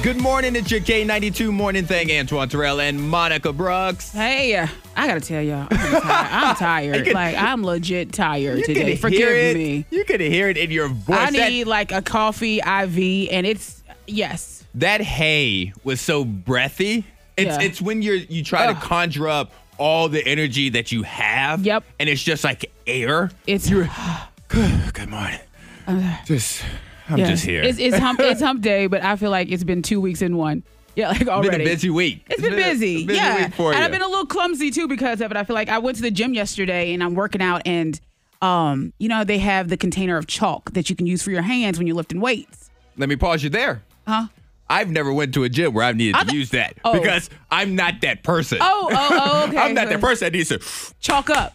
Good morning, it's your K92 morning thing, Antoine Terrell and Monica Brooks. Hey, I gotta tell y'all, I'm tired. I'm tired. could- like I'm legit tired You could today. hear Forgive it. me. You could hear it in your voice. I That- need like a coffee IV, and it's yes. that hay was so breathy. It's Yeah. it's when you're you try to Ugh. conjure up all the energy that you have. Yep. And it's just like air. It's Good, good morning. just I'm yeah. just here. It's it's hump, it's hump day, but I feel like it's been two weeks in one. Yeah, like been already. a busy week. It's been, a- busy. a busy yeah. week for and you. I've been a little clumsy too because of it. I feel like I went to the gym yesterday and I'm working out and um, you know, they have the container of chalk that you can use for your hands when you're lifting weights. Let me pause you there. Huh? I've never went to a gym where I've needed I to thought- use that Oh. because I'm not that person. Oh, oh, oh, okay. I'm not So that person that needs to, Chalk up.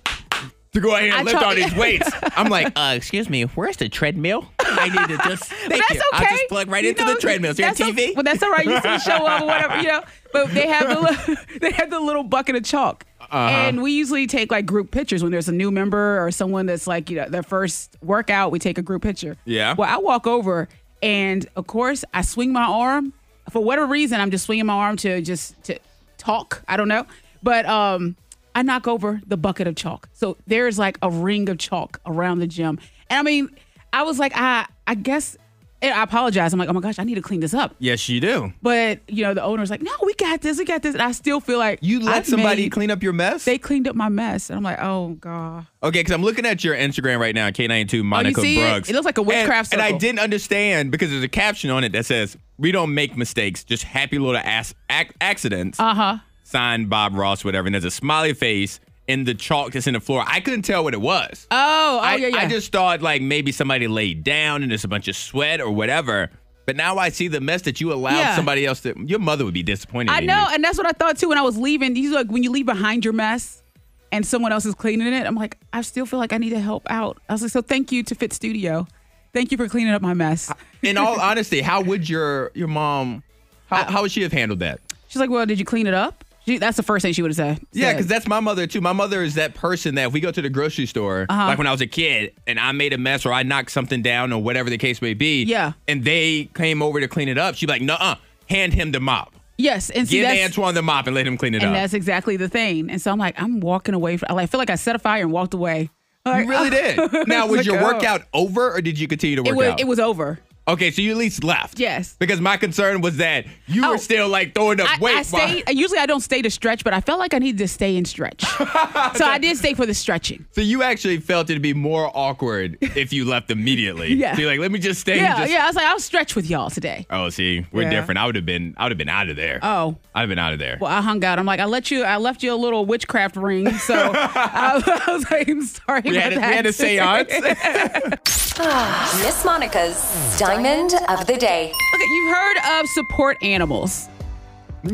to go out here and I lift try- all these weights. I'm like, uh, excuse me, where's the treadmill? I need to just. But Thank that's you. okay. I'll just plug right You into know, the treadmills. Your that's o- TV. well, that's all right. You see the show up or whatever, you know. But they have the little, they have the little bucket of chalk, and we usually take like group pictures when there's a new member or someone that's like you know their first workout. We take a group picture. Yeah. Well, I walk over, and of course I swing my arm. For whatever reason, I'm just swinging my arm to just to talk. I don't know, but um. I knock over the bucket of chalk. So there's like a ring of chalk around the gym. And I mean, I was like, I I guess and I apologize. I'm like, oh my gosh, I need to clean this up. yes, you do. But you know, the owner's like, no, we got this, we got this. And I still feel like You let I've somebody made- clean up your mess? They cleaned up my mess, and I'm like, oh god. okay, because I'm looking at your Instagram right now, K92 Monica Oh, see it? Brooks. It looks like a And- witchcraft And, I circle. didn't understand because there's a caption on it that says, "We don't make mistakes, just happy little ass ac- accidents." Uh huh. Signed Bob Ross, whatever. And there's a smiley face in the chalk that's in the floor. I couldn't tell what it was. Oh, oh I, yeah, yeah. I just thought like maybe somebody laid down and there's a bunch of sweat or whatever. But now I see the mess that you allowed Yeah. somebody else to. Your mother would be disappointed. I in know, You. and that's what I thought too when I was leaving. These like when you leave behind your mess and someone else is cleaning it, I'm like, I still feel like I need to help out. I was like, so thank you to Fit Studio. Thank you for cleaning up my mess. In all honesty, how would your your mom? How, how would she have handled that? She's like, well, did you clean it up? She, that's the first thing she would have said. Yeah, said. because that's my mother too. My mother is that person that if we go to the grocery store, Uh-huh. like when I was a kid, and I made a mess or I knocked something down or whatever the case may be, Yeah. and they came over to clean it up, she'd be like, "Nuh-uh, hand him the mop. yes, and see Give that's Antoine the mop and let him clean it And up." that's exactly the thing. And so I'm like, I'm walking away from. I feel like I set a fire and walked away. Like, You really did. Now, was Like, your oh. workout over or did you continue to work It was, out? it was over. okay, so you at least left. Yes. Because my concern was that you Oh. were still like throwing up I, weight. I while- stayed. Usually I don't stay to stretch, but I felt like I needed to stay and stretch. so I did stay for the stretching. So you actually felt it'd be more awkward if you left immediately. Yeah. So you're like, let me just stay. and Yeah, just- yeah. I was like, I'll stretch with y'all today. Oh, see, we're Yeah. different. I would have been, I would have been out of there. Oh. I'd have been out of there. Well, I hung out. I'm like, I let you. I left you a little witchcraft ring. So I, was like, I'm sorry we, had about a, that. we had a seance. Miss Monica's Diamond of the Day. Okay, you've heard of support animals. And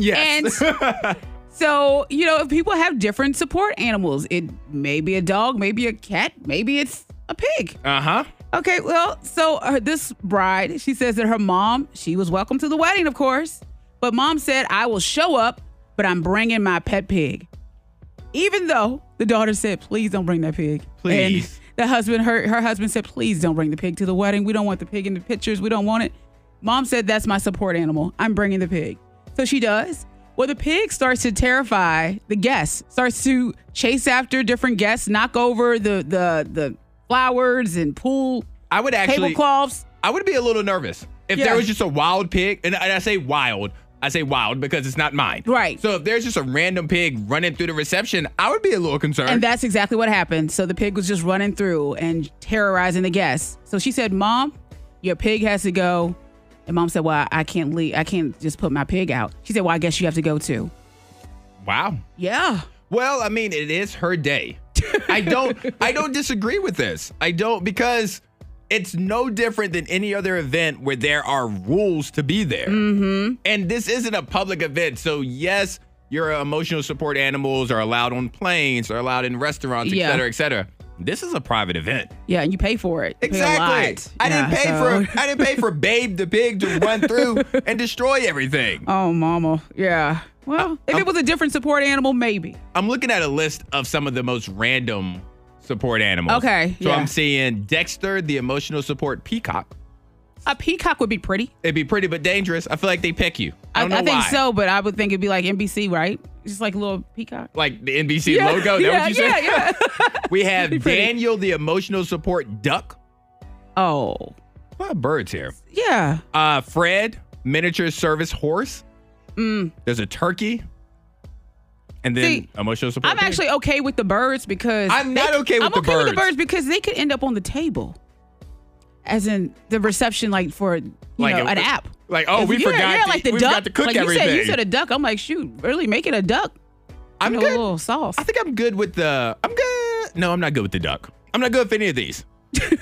yes. so, you know, if people have different support animals, it may be a dog, maybe a cat, maybe it's a pig. Uh huh. Okay, well, so uh, this bride, she says that her mom, she was welcome to the wedding, of course, but mom said, I will show up, but I'm bringing my pet pig. Even though the daughter said, please don't bring that pig. Please. And the husband, her, her husband said, please don't bring the pig to the wedding. We don't want the pig in the pictures. We don't want it. Mom said, that's my support animal. I'm bringing the pig. So she does. Well, the pig starts to terrify the guests, starts to chase after different guests, knock over the the the flowers and pool I would actually, tablecloths. I would be a little nervous if Yeah. there was just a wild pig, and, and I say wild. I say wild because it's not mine. Right. So if there's just a random pig running through the reception, I would be a little concerned. And that's exactly what happened. So the pig was just running through and terrorizing the guests. So she said, Mom, your pig has to go. And mom said, Well, I can't leave. I can't just put my pig out. She said, Well, I guess you have to go too. wow. Yeah. Well, I mean, it is her day. I don't I don't disagree with this. I don't because it's no different than any other event where there are rules to be there. Mm-hmm. And this isn't a public event. So yes, your emotional support animals are allowed on planes, are allowed in restaurants, et Yeah. cetera, et cetera. This is a private event. Yeah. And you pay for it. You pay a lot. I didn't Yeah, pay so- for I didn't pay for Babe the pig to run through and destroy everything. Oh, mama. Yeah. Uh, Well, if um, it was a different support animal, maybe. I'm looking at a list of some of the most random support animals. Okay, So yeah. I'm seeing Dexter, the emotional support peacock. A peacock would be pretty. It'd be pretty but dangerous. I feel like they pick you. I, I, don't know I think why. so, but I would think it'd be like NBC, right? Just like a little peacock. Like the NBC logo. Is that yeah, what you said? yeah, yeah. We have pretty. Daniel, the emotional support duck. oh, A lot of birds here. yeah. Uh, Fred, miniature service horse. There's a turkey. And then Mm. See, emotional support. I'm pig. actually okay with the birds because I'm not they- okay with I'm the okay with the birds. birds because they could end up on the table, as in the reception, like for you Like know a- an app. like, oh, If we you- forgot Yeah, to- like the we duck. forgot to cook like you said, you everything. said a duck. I'm like, shoot, really make it a duck. I'm You know, good. A little sauce. I think I'm good with the. I'm good. No, I'm not good with the duck. I'm not good with any of these.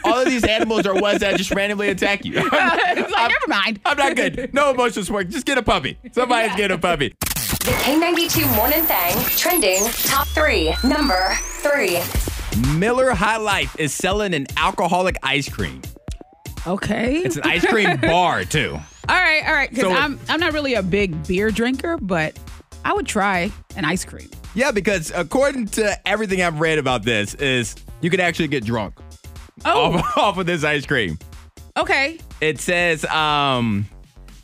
All of these animals are ones that just randomly attack you. it's like, never mind. I'm not good. No emotional support. Just get a puppy. Somebody's getting a puppy. The K92 Morning Thang trending top three. Number three. Miller High Life is selling an alcoholic ice cream. Okay. It's an ice cream bar too. all right, all right. Because So- I'm I'm not really a big beer drinker, but I would try an ice cream. Yeah, because according to everything I've read about this, is you can actually get drunk Oh, off, off of this ice cream. okay. It says um,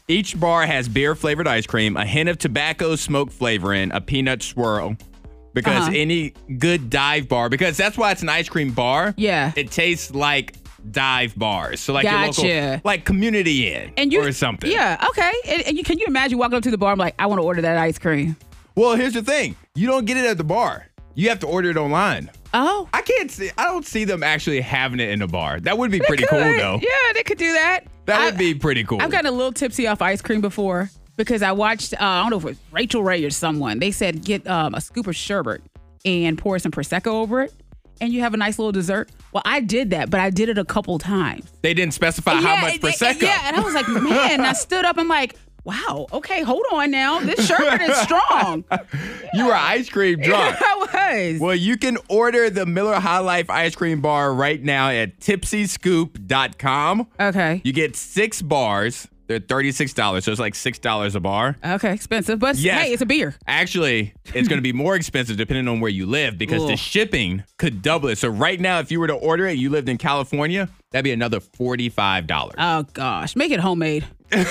each bar has beer flavored ice cream, a hint of tobacco smoke flavoring, a peanut swirl. Because Uh-huh. any good dive bar, because that's why it's an ice cream bar. Yeah. it tastes like dive bars. So like your local, Gotcha. like community inn or something. Yeah, okay. And, and you can you imagine walking up to the bar? I'm like, I want to order that ice cream. Well, here's the thing: you don't get it at the bar. You have to order it online. Oh, I can't see. I don't see them actually having it in a bar. That would be pretty cool Good. though. Yeah, they could do that. That I- would be pretty cool. I've gotten a little tipsy off ice cream before because I watched. Uh, I don't know if it was Rachel Ray or someone. They said get um, a scoop of sherbet and pour some prosecco over it, and you have a nice little dessert. Well, I did that, but I did it a couple times. they didn't specify Uh, how much it- it- prosecco. Yeah, and I was like, man. and I stood up. I'm like, wow. Okay, hold on now. This sherbet is strong. You were ice cream drunk. I was. Well, you can order the Miller High Life ice cream bar right now at tipsyscoop.com. Okay. You get six bars. They're $36, so it's like $6 a bar. Okay, expensive, but Yes. hey, it's a beer. Actually, it's going to be more expensive depending on where you live because the Ugh. shipping could double it. So, right now, if you were to order it, you lived in California, that'd be another $45. Oh gosh, make it homemade. make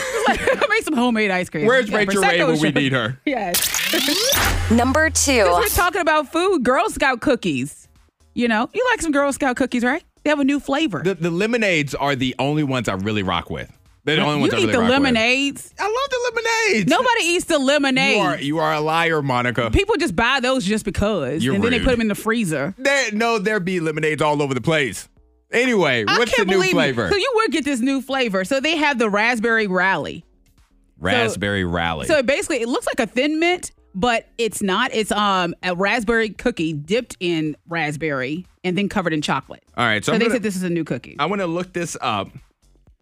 some homemade ice cream. Where's Yeah, Rachel Ray Prosecco when we shrimp. need her? Yes. Number two. We're talking about food. Girl Scout cookies. You know, you like some Girl Scout cookies, right? They have a new flavor. The, the lemonades are the only ones I really rock with. They're the only you ones I eat really the rock with. lemonades. I love the lemonades. Nobody eats the lemonade. You are, e- you are a liar, Monica. People just buy those just because, You're and then they rude. put them in the freezer. There, no, there be lemonades all over the place. Anyway, I what's the can't new believe it. flavor? So you would get this new flavor. So they have the raspberry rally. Raspberry Rally. So it basically, it looks like a thin mint, but it's not. It's um a raspberry cookie dipped in raspberry and then covered in chocolate. all right, so, So I'm they gonna, said this is a new cookie. I want to look this up.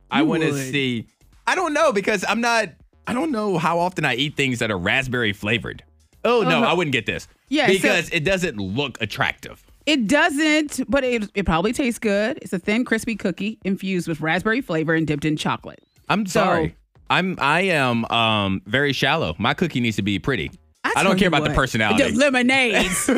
I want to would. see. I don't know because I'm not. I don't know how often I eat things that are raspberry flavored. Oh no, Uh-huh. I wouldn't get this. Yeah, so- because it doesn't look attractive. It doesn't, but it, it probably tastes good. It's a thin, crispy cookie infused with raspberry flavor and dipped in chocolate. I'm So- sorry. I'm I am um very shallow. My cookie needs to be pretty. I, tell don't care you about the what, personality. The lemonades.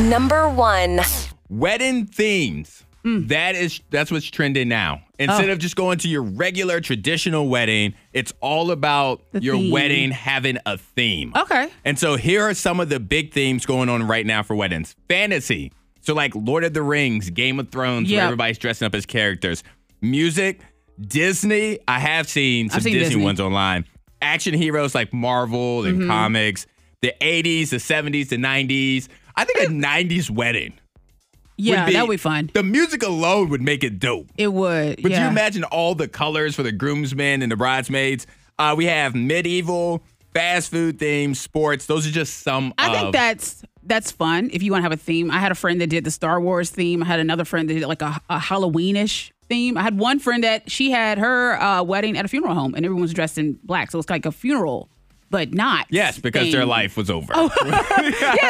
Number one. Wedding themes. Mm. That is that's what's trending now. Oh. Instead of just going to your regular traditional wedding, it's all about The your theme. wedding having a theme. okay. And so here are some of the big themes going on right now for weddings. Fantasy. So like Lord of the Rings, Game of Thrones, where Yep. everybody's dressing up as characters. Music, Disney. I have seen some seen Disney, Disney. Mm-hmm. ones online. Action heroes like Marvel and comics. The 80s, the 70s, the 90s. I think a 90s wedding. would Yeah, that would be fun. The music alone would make it dope. It would. But you yeah. imagine all the colors for the groomsmen and the bridesmaids? Uh, we have medieval, fast food themes, sports. Those are just some. I of- think that's that's fun if you want to have a theme. I had a friend that did the Star Wars theme. I had another friend that did like a, a Halloweenish theme. I had one friend that she had her uh, wedding at a funeral home, and everyone was dressed in black, so it's like a funeral, but not. Yes, because their thing. life was over. Oh, Yeah,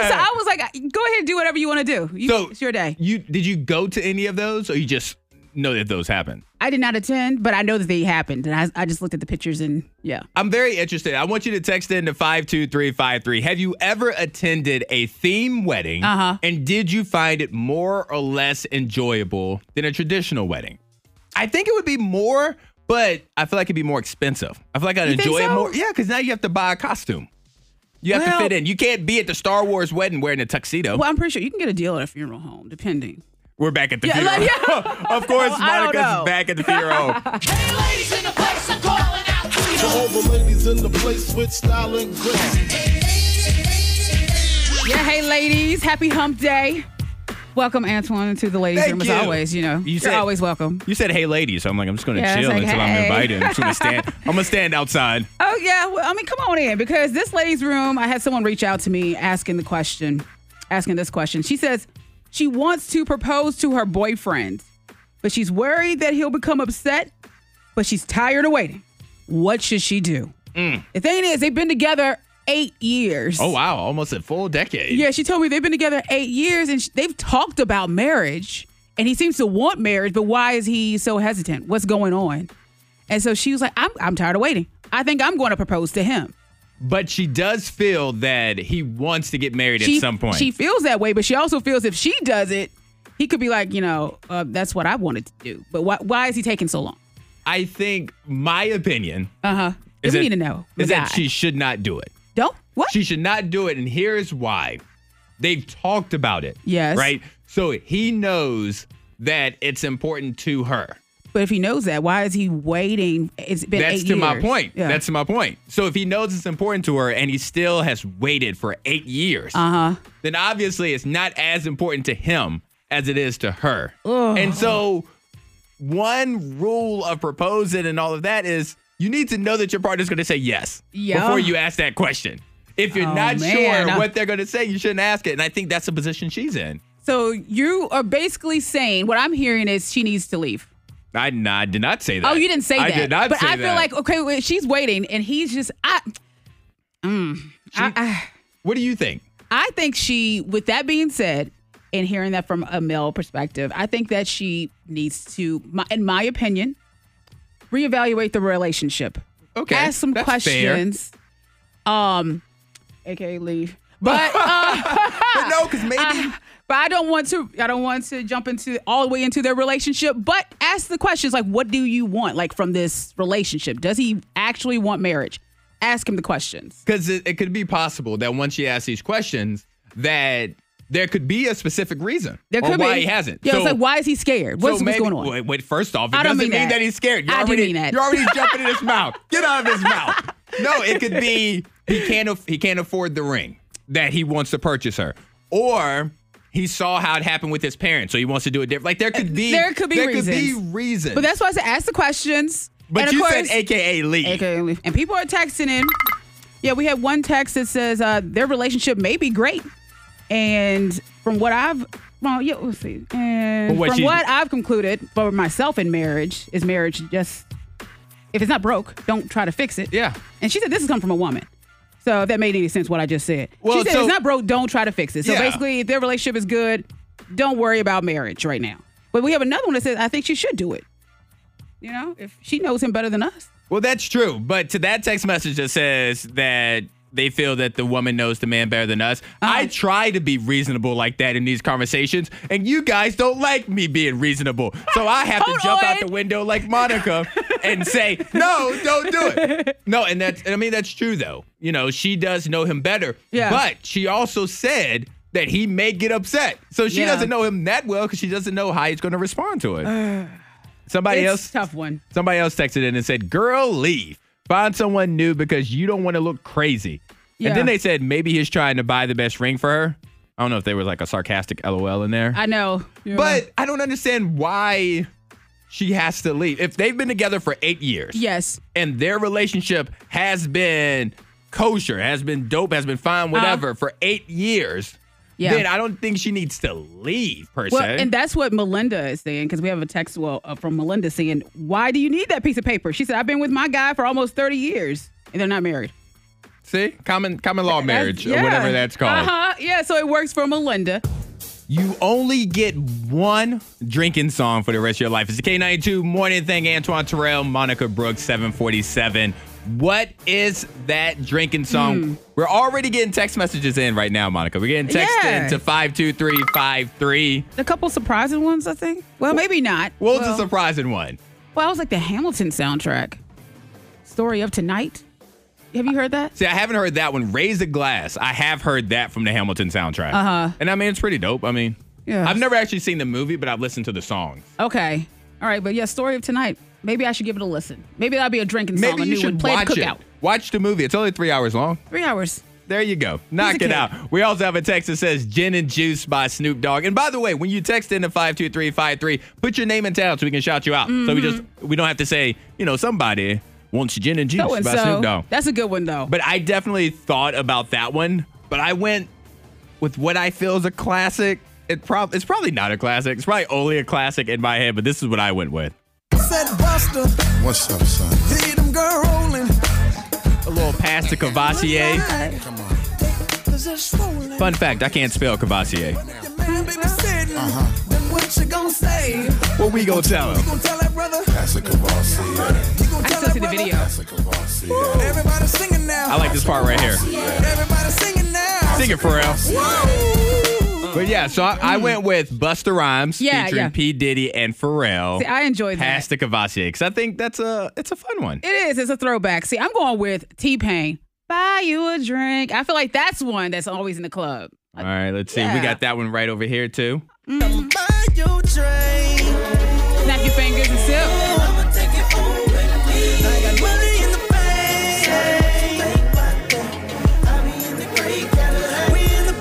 so I was like, go ahead and do whatever you want to do. You, So it's your day. You did you go to any of those, or you just know that those happened? I did not attend, but I know that they happened, and I, I just looked at the pictures and yeah. I'm very interested. I want you to text in to five two three five three. Have you ever attended a theme wedding, Uh-huh. and did you find it more or less enjoyable than a traditional wedding? I think it would be more, but I feel like it'd be more expensive. I feel like I'd You think enjoy it so? more. Yeah, because now you have to buy a costume. You have Well- to fit in. You can't be at the Star Wars wedding wearing a tuxedo. Well, I'm pretty sure you can get a deal at a funeral home, depending. We're back at the Yeah, funeral. like- of course, I don't know. Monica's back at the funeral. Hey, ladies in the place, I'm calling out to you. To all the ladies in the place with style and grace. Yeah, hey ladies, happy hump day. Welcome Antoine to the ladies Thank room you. as always, you know. You are said- always welcome. You said, "Hey, ladies." So I'm like, I'm just gonna Yeah, it's chill like, until I'm hey. invited. I'm just gonna stand. I'm gonna stand outside. Oh yeah, well I mean come on in because this ladies room, I had someone reach out to me asking the question, asking this question. She says she wants to propose to her boyfriend, but she's worried that he'll become upset, but she's tired of waiting. What should she do? The thing is, they've been together 8 years. Mm. Oh wow, almost a full decade. Yeah, she told me they've been together eight years and sh they've talked about marriage and he seems to want marriage, but why is he so hesitant? What's going on? And so she was like, I'm, I'm tired of waiting. I think I'm going to propose to him. But she does feel that he wants to get married She, at some point. She feels that way, but she also feels if she does it, he could be like, you know, uh, that's what I wanted to do. But why, why is he taking so long? I think my opinion Uh huh. is we that- need to know. is the that guy. she should not do it. don't? What? She should not do it, and here's why. They've talked about it. Yes. Right. So he knows that it's important to her. but if he knows that, why is he waiting? It's been That's eight to my years. point. Yeah. That's to my point. So if he knows it's important to her and he still has waited for eight years, Uh-huh. then obviously it's not as important to him as it is to her. And so one rule of proposing and all of that is you need to know that your partner's going to say yes Yeah. before you ask that question. If you're Oh, not man. sure what they're going to say, you shouldn't ask it. And I think that's the position she's in. So you are basically saying what I'm hearing is she needs to leave. I, no, I did not say that. Oh, you didn't say I that. did not but say I feel that. like okay, wait, she's waiting, and he's just I. Mm, I, I What do you think? I think she. With that being said, and hearing that from a male perspective, I think that she needs to, my, in my opinion, reevaluate the relationship. Okay, ask some that's fair. questions. Um, aka leave, but. Uh, But no, because maybe. I- but I don't want to. I don't want to jump into all the way into their relationship. But ask the questions like, what do you want, like from this relationship? Does he actually want marriage? Ask him the questions. because it, it could be possible that once you ask these questions that there could be a specific reason There or could why be. he hasn't. Yeah, so, it's like, why is he scared? What's, so maybe, what's going on? Wait, wait, first off, it I don't doesn't mean that. that he's scared. You're I do already, mean that. You're already jumping in his mouth. Get out of his mouth. No, it could be he can't aff- he can't afford the ring that he wants to purchase her, or he saw how it happened with his parents, so he wants to do it different. Like there could be Uh, There could be there could reasons. be reasons. But that's why I said ask the questions. But and of you course, said AKA Lee. AKA leave. And people are texting in. Yeah, we had one text that says uh, their relationship may be great, and from what I've well, yeah, we'll see. And But what from you- what I've concluded for myself in marriage is marriage just if it's not broke, don't try to fix it. Yeah. And she said this is coming from a woman. So if that made any sense what I just said. Well, she said so- it's not broke, don't try to fix it. So Yeah. basically if their relationship is good, don't worry about marriage right now. But we have another one that says I think she should do it. You know, if she knows him better than us. Well, that's true. But to that text message that says that they feel that the woman knows the man better than us, Uh-huh. I try to be reasonable like that in these conversations, and you guys don't like me being reasonable. So I have to Hold jump out on. the window like Monica and say, no, don't do it. No, and that's, and I mean, that's true though. You know, she does know him better. Yeah. But she also said, that he may get upset. So she Yeah. doesn't know him that well because she doesn't know how he's going to respond to it. Somebody it's else a tough one. Somebody else texted in and said, Girl, leave. Find someone new because you don't want to look crazy. Yeah. And then they said, Maybe he's trying to buy the best ring for her. I don't know if they were like a sarcastic LOL in there. I know. Yeah. but I don't understand why she has to leave. If they've been together for eight years yes, and their relationship has been kosher, has been dope, has been fine, whatever, for eight years, Uh-huh. Yeah. then I don't think she needs to leave per well, se. and that's what Melinda is saying because we have a text well uh, from Melinda saying, "Why do you need that piece of paper?" She said, "I've been with my guy for almost thirty years, and they're not married." See? Common common law marriage That's- or whatever yeah. that's called. Uh-huh. Yeah, so it works for Melinda. You only get one drinking song for the rest of your life. It's the K92 Morning Thing. Antoine Terrell, Monica Brooks, 747. What is that drinking song? Hmm. We're already getting text messages in right now, Monica. We're getting text Yeah. in to 52353. A couple surprising ones, I think. Well, maybe not. What was well, the surprising one? well, it was like the Hamilton soundtrack. Story of Tonight. Have you heard that? See, I haven't heard that one. Raise a glass. I have heard that from the Hamilton soundtrack. Uh huh. And I mean, it's pretty dope. I mean, Uh-huh. Yeah. I've never actually seen the movie, but I've listened to the song. Okay. All right, but yeah, Story of Tonight. Maybe I should give it a listen. Maybe that'll be a drinking song. Maybe a you new one. should Play watch the it. cookout. Watch the movie. It's only three hours long. Three hours. There you go. Knock kid. it out. We also have a text that says Gin and Juice by Snoop Dogg. And by the way, when you text in to 52353, put your name and town so we can shout you out. So Mm-hmm. we just we don't have to say, you know, somebody wants Gin and Juice So by and Snoop so. Dogg. That's a good one though. But I definitely thought about that one, but I went with what I feel is a classic. It prob- it's probably not a classic. It's probably only a classic in my head, but this is what I went with. Said Buster, What's up, son? see them girl rolling. A little pass to Cavassier. Come on. Fun. Fun fact, I can't spell Cavassier. Uh-huh. Then what you gonna say? You What we gonna tell him? gonna tell that brother? That's a Cavassier. You gonna I tell still that see the brother? video. That's a Cavassier. Everybody singing now. I like this part right here. Everybody singing now. Sing it, Pharrell. Woo! But yeah, so I, I went with Buster Rhymes Yeah, featuring yeah. P. Diddy and Pharrell. See, I enjoyed that. Pass to Cavassier, because I think that's a it's a fun one. It is. It's a throwback. See, I'm going with T Pain. Buy you a drink. I feel like that's one that's always in the club. All right, let's see. We Yeah. got that one right over here too. Buy your drink. Snap your fingers and sip. I'ma take it home with me. I got money in the bank. I be in the great Cadillac. We in the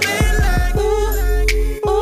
bed like, ooh, ooh,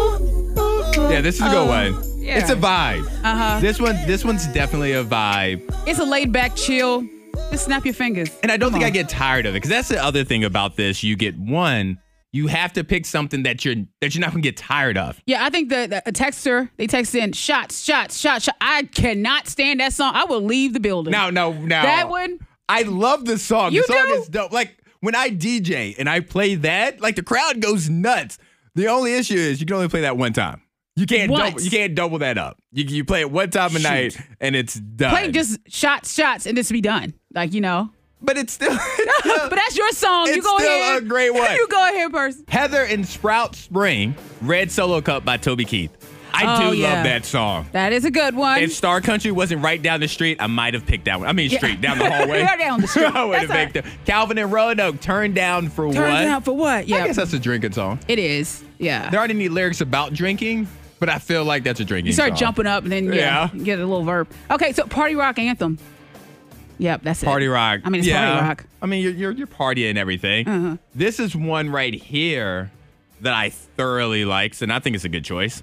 ooh, ooh. Yeah, this is a good one. Um, yeah. It's a vibe. Uh-huh. This one, this one's definitely a vibe, It's a laid back chill. Just snap your fingers. and I don't think on. I get tired of it because that's the other thing about this. You get one, you have to pick something that you're that you're not gonna get tired of. Yeah, I think the, the a texter they text in shots, shots, shots, shots. I cannot stand that song. I will leave the building. No, no, no. That one? I love the song. You the song do? is dope. Like when I DJ and I play that, like the crowd goes nuts. The only issue is you can only play that one time. You can't Once. double you can't double that up. You, you play it one time a night and it's done. play just shots, shots, and just be done. Like you know. but it's still but that's your song. you It's go still ahead. a great one. you go ahead, person. Heather and Sprout Spring, Red Solo Cup by Toby Keith. I Oh, do yeah. love that song. That is a good one. If Star Country wasn't right down the street, I might have picked that one. I mean, Yeah. street down the hallway. Yeah, down the street. I would have That's all picked that. Calvin and Roanoke, turn down for Turn what? down for what? I guess Yeah, that's a drinking song. it is. Yeah. There aren't any lyrics about drinking, but I feel like that's a drinking. You start song. jumping up, and then Yeah. yeah, get a little verb. Okay, so party rock anthem. Yep, that's it. Party rock. I mean, it's yeah. party rock. Uh-huh. I mean, you're you're, you're partying and everything. This is one right here that I thoroughly likes, and I think it's a good choice.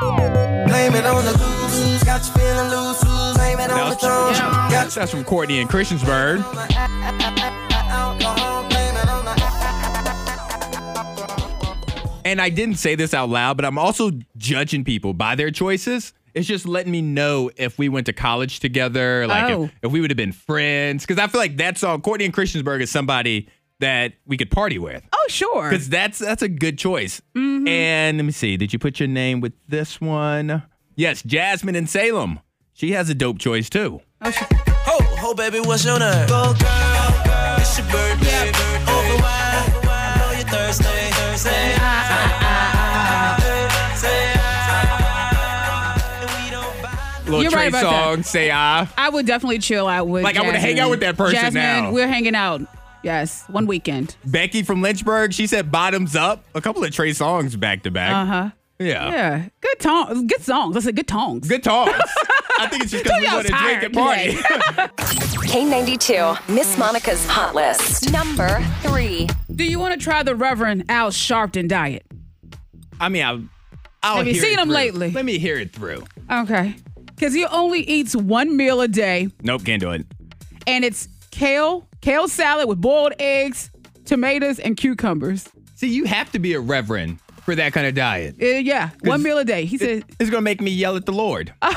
Blame it on the goose, got you feeling loose. Blame it on the That's, drunk, got you that's from Courtney and Christiansburg. alcohol. Blame it on the And I didn't say this out loud, but I'm also judging people by their choices. It's just letting me know if we went to college together, like Oh. if, if we would have been friends. Because I feel like that song, Courtney and Christiansburg, is somebody that we could party with. Oh, Mm-hmm. sure. Because that's that's a good choice. And let me see, did you put your name with this one? Yes, Jasmine in Salem. She has a dope choice too. Ho, ho, baby, what's your name? Go, girl, it's your birthday. Over wine, I know you're thirsty. Say, ah, say, ah. And we don't buy Little You're Trey right about song, say ah. I would definitely chill out with. Like, I wanna Jasmine. hang out with that person Jasmine, now. we're hanging out. Yes, one weekend. Becky from Lynchburg, she said bottoms up. A couple of Trey songs back to back. Uh-huh. Yeah. Yeah, good tongs, good songs. That's a good tongs. Good talks. I think it's just because we Y'all want to drink tired and party. today. K92, Miss Monica's Hot List. Number three. Do you want to try the Reverend Al Sharpton diet? I mean, I'll, I'll Have you hear it seen 'em through. lately? Let me hear it through. Okay, because he only eats one meal a day, Nope, can't do it. and it's kale, kale salad with boiled eggs, tomatoes, and cucumbers. See, you have to be a reverend for that kind of diet. Uh, yeah, one meal a day. He said. It's gonna make me yell at the Lord. Uh.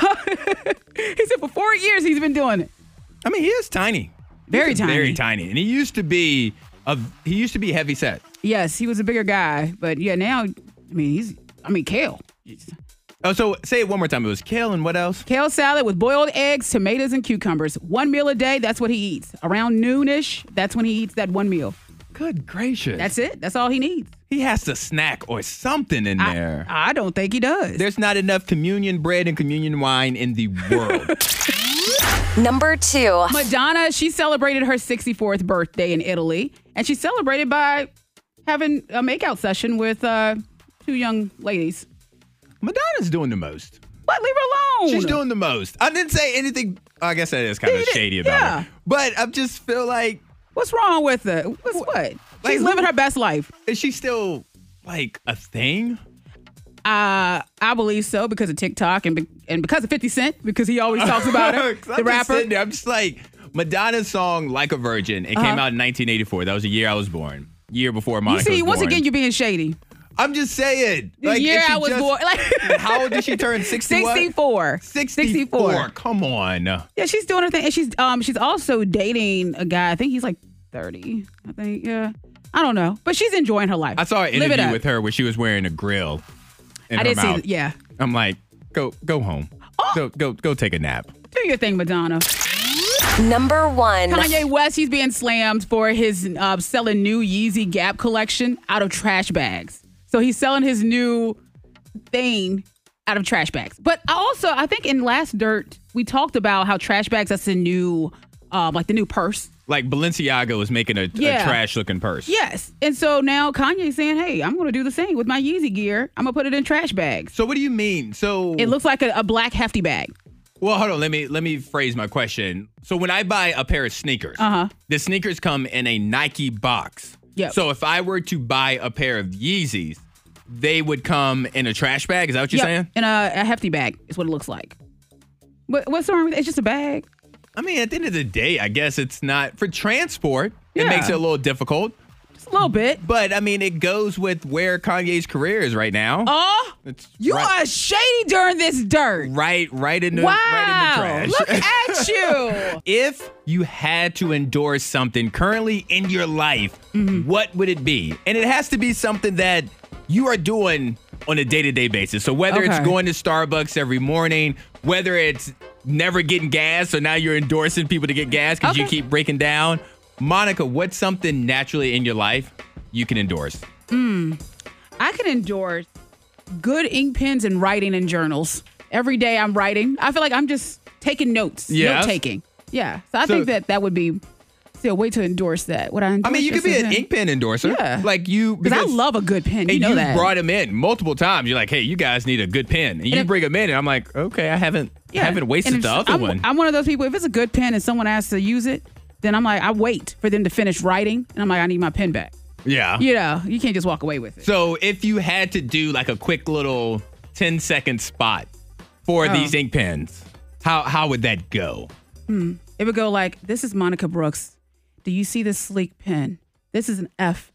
He said for four years he's been doing it. I mean, he is tiny. Very He's tiny. Very tiny. And he used to be a he used to be heavy set. Yes, he was a bigger guy, but yeah, now I mean he's I mean kale. Oh, so say it one more time. It was kale and what else? Kale salad with boiled eggs, tomatoes, and cucumbers. One meal a day, that's what he eats. Around noonish, that's when he eats that one meal. Good gracious. That's it. That's all he needs. he has to snack or something in I- there. I, don't think he does. There's not enough communion bread and communion wine in the world. Number two. Madonna, she celebrated her 64th birthday in Italy, and she celebrated by having a makeout session with uh, two young ladies. Madonna's doing the most. But leave her alone. She's doing the most. I didn't say anything. I guess that is kind of He did- shady about yeah. it. But I just feel like What's wrong with her? What's what? Like, She's who- living her best life. is she still like a thing? Uh, I believe so because of TikTok and be- and because of 50 Cent because he always talks about her, 'Cause I'm the just rapper. sitting there, I'm just like Madonna's song "Like a Virgin." It came out in 1984. That was the year I was born. Year before Uh-huh. You Monica. see, was once born. again, you being shady. I'm just saying. The if year she I was just- born, like How old did she turn? 60 what? 64. 64. Come on. Yeah, she's doing her thing, and she's um she's also dating a guy. I think he's like thirty. I think yeah. I don't know, but she's enjoying her life. I saw an Live it interview up. with her where she was wearing a grill in I her did see. mouth. Yeah, Oh! I'm like, go go home. Go go go take a nap. do your thing, Madonna. Number one. Kanye West, he's being slammed for his uh, selling new Yeezy Gap collection out of trash bags. So he's selling his new thing out of trash bags. But I also, I think in Last Dirt, we talked about how trash bags, that's the new, um, like the new purse. Like Balenciaga was making a, Yeah. a trash looking purse. Yes. And so now Kanye's saying, hey, I'm going to do the same with my Yeezy gear. I'm going to put it in trash bags. So what do you mean? So It looks like a, a black hefty bag. well, hold on. Let me let me phrase my question. So when I buy a pair of sneakers, Uh-huh. the sneakers come in a Nike box. Yep. So if I were to buy a pair of Yeezys, they would come in a trash bag. Is that what you're Yep. saying? In a, a hefty bag is what it looks like. What, what's wrong with it? It's just a bag. I mean, at the end of the day, I guess it's not for transport. It Yeah. makes it a little difficult. Just a little bit. But I mean, it goes with where Kanye's career is right now. Oh, It's you right, are shady during this dirt. right, right in the wow. right in the trash. Look at you. if you had to endorse something currently in your life, Mm-hmm. what would it be? And it has to be something that you are doing on a day-to-day basis. So whether it's Okay. going to Starbucks every morning, whether it's never getting gas, so now you're endorsing people to get gas because you Okay. keep breaking down. Monica, what's something naturally in your life you can endorse? I can endorse good ink pens and writing in journals. Every day I'm writing. I feel like I'm just taking notes. Yes. Note taking. Yeah. So I So- think that that would be still a way to endorse that. What I I endorse mean, you could be an is- ink pen endorser. Yeah. Like you, Because I love a good pen. You and know you that. brought him in multiple times. You're like, hey, you guys need a good pen. And, you if- bring him in, and I'm like, okay, I haven't, I haven't wasted And the if- other I'm, one. I'm one of those people. If it's a good pen and someone asks to use it, then I'm like, I wait for them to finish writing, and I'm like, I need my pen back. yeah. You know, you can't just walk away with it. So if you had to do like a quick little 10 second spot for Oh. these ink pens, how how would that go? It would go like, "This is Monica Brooks. Do you see this sleek pen? This is an F,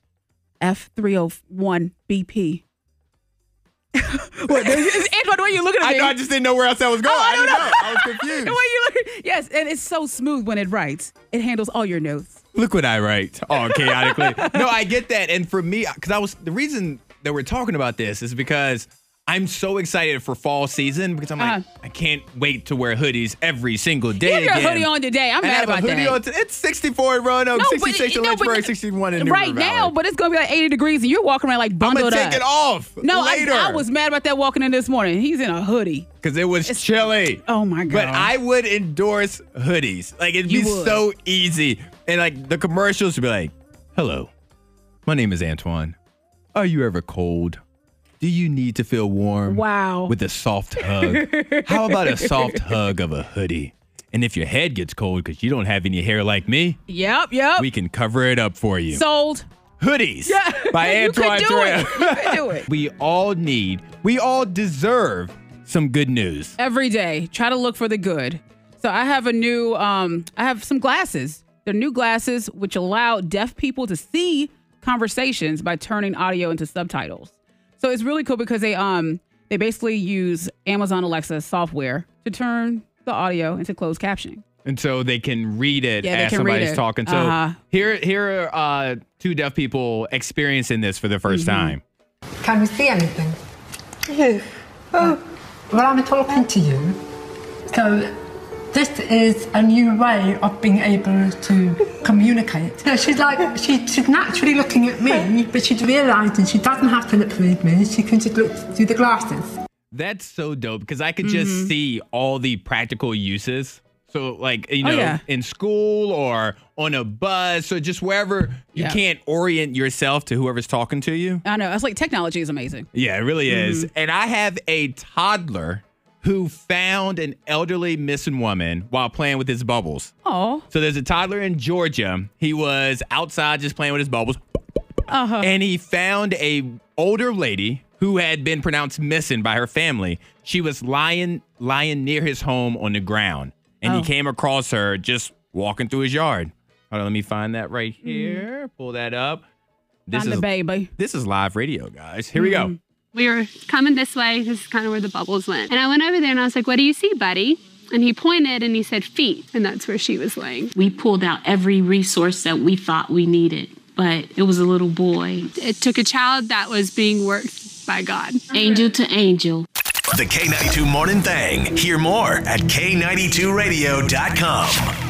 F three hundred one BP." what? It's, Edward, why are you looking at me? just didn't know where else that was going. Oh, I don't know. was confused. The way you look- yes, and it's so smooth when it writes. It handles all your notes. Look what I write. Oh, chaotically. no, I get that. And for me, because I was the reason that we're talking about this is because I'm so excited for fall season because I'm like, Uh-huh. I can't wait to wear hoodies every single day. You have again. your hoodie on today. I'm I mad have a about hoodie that. on t- it's 64 in Roanoke, 66 in no, but- Lynchburg, 61 in New Right now, but it's gonna be like 80 degrees, and you're walking around like I'm gonna bundled take up. it off. No, I- later. I, was mad about that walking in this morning. He's in a hoodie. because it was chilly. Oh my god! But I would endorse hoodies. Like it'd be You would. so easy. And like the commercials would be like, "Hello, my name is Antoine. Are you ever cold? Do you need to feel warm? Wow. With a soft hug. How about a soft hug of a hoodie? And if your head gets cold because you don't have any hair like me, yep, yep. we can cover it up for you. Sold. hoodies by you could Antoine do Terrell. it. You could do it. we all need, we all deserve some good news. every day try to look for the good so i have a new um i have some glasses they're new glasses which allow deaf people to see conversations by turning audio into subtitles so it's really cool because they um they basically use amazon alexa software to turn the audio into closed captioning and so they can read it Yeah, they as can read somebody's it. talking. So Uh-huh. here, here are uh, two deaf people Mm-hmm. experiencing this for the 1st time. Can we see anything? Oh, Well, I'm talking to you. So this is a new way of being able to communicate. So she's like, she, she's naturally looking at me, but she's realising she doesn't have to look through me. She can just look through the glasses. That's so dope because I could just Mm-hmm. see all the practical uses. So, like, you Oh, know, yeah. in school or on a bus or just wherever you Yeah. can't orient yourself to whoever's talking to you. I know. It's like technology is amazing. Yeah, it really is. Mm-hmm. And I have a toddler who found an elderly missing woman while playing with his bubbles. Oh, So, there's a toddler in Georgia. He was outside just playing with his bubbles. Uh-huh. And he found a older lady who had been pronounced missing by her family. She was lying lying near his home on the ground. And he Oh. came across her just walking through his yard. Hold on, let me find that right here. Pull that up. This I'm Mm-hmm. the Mm-hmm. is baby. this is live radio, guys. Here we go. we were coming this way. This is kind of where the bubbles went. And I went over there and I was like, What do you see, buddy? And he pointed and he said, Feet. And that's where she was laying. We pulled out every resource that we thought we needed, but it was a little boy. It took a child that was being worked by God. Angel to angel. The K92 Morning Thing. Hear more at K92Radio.com.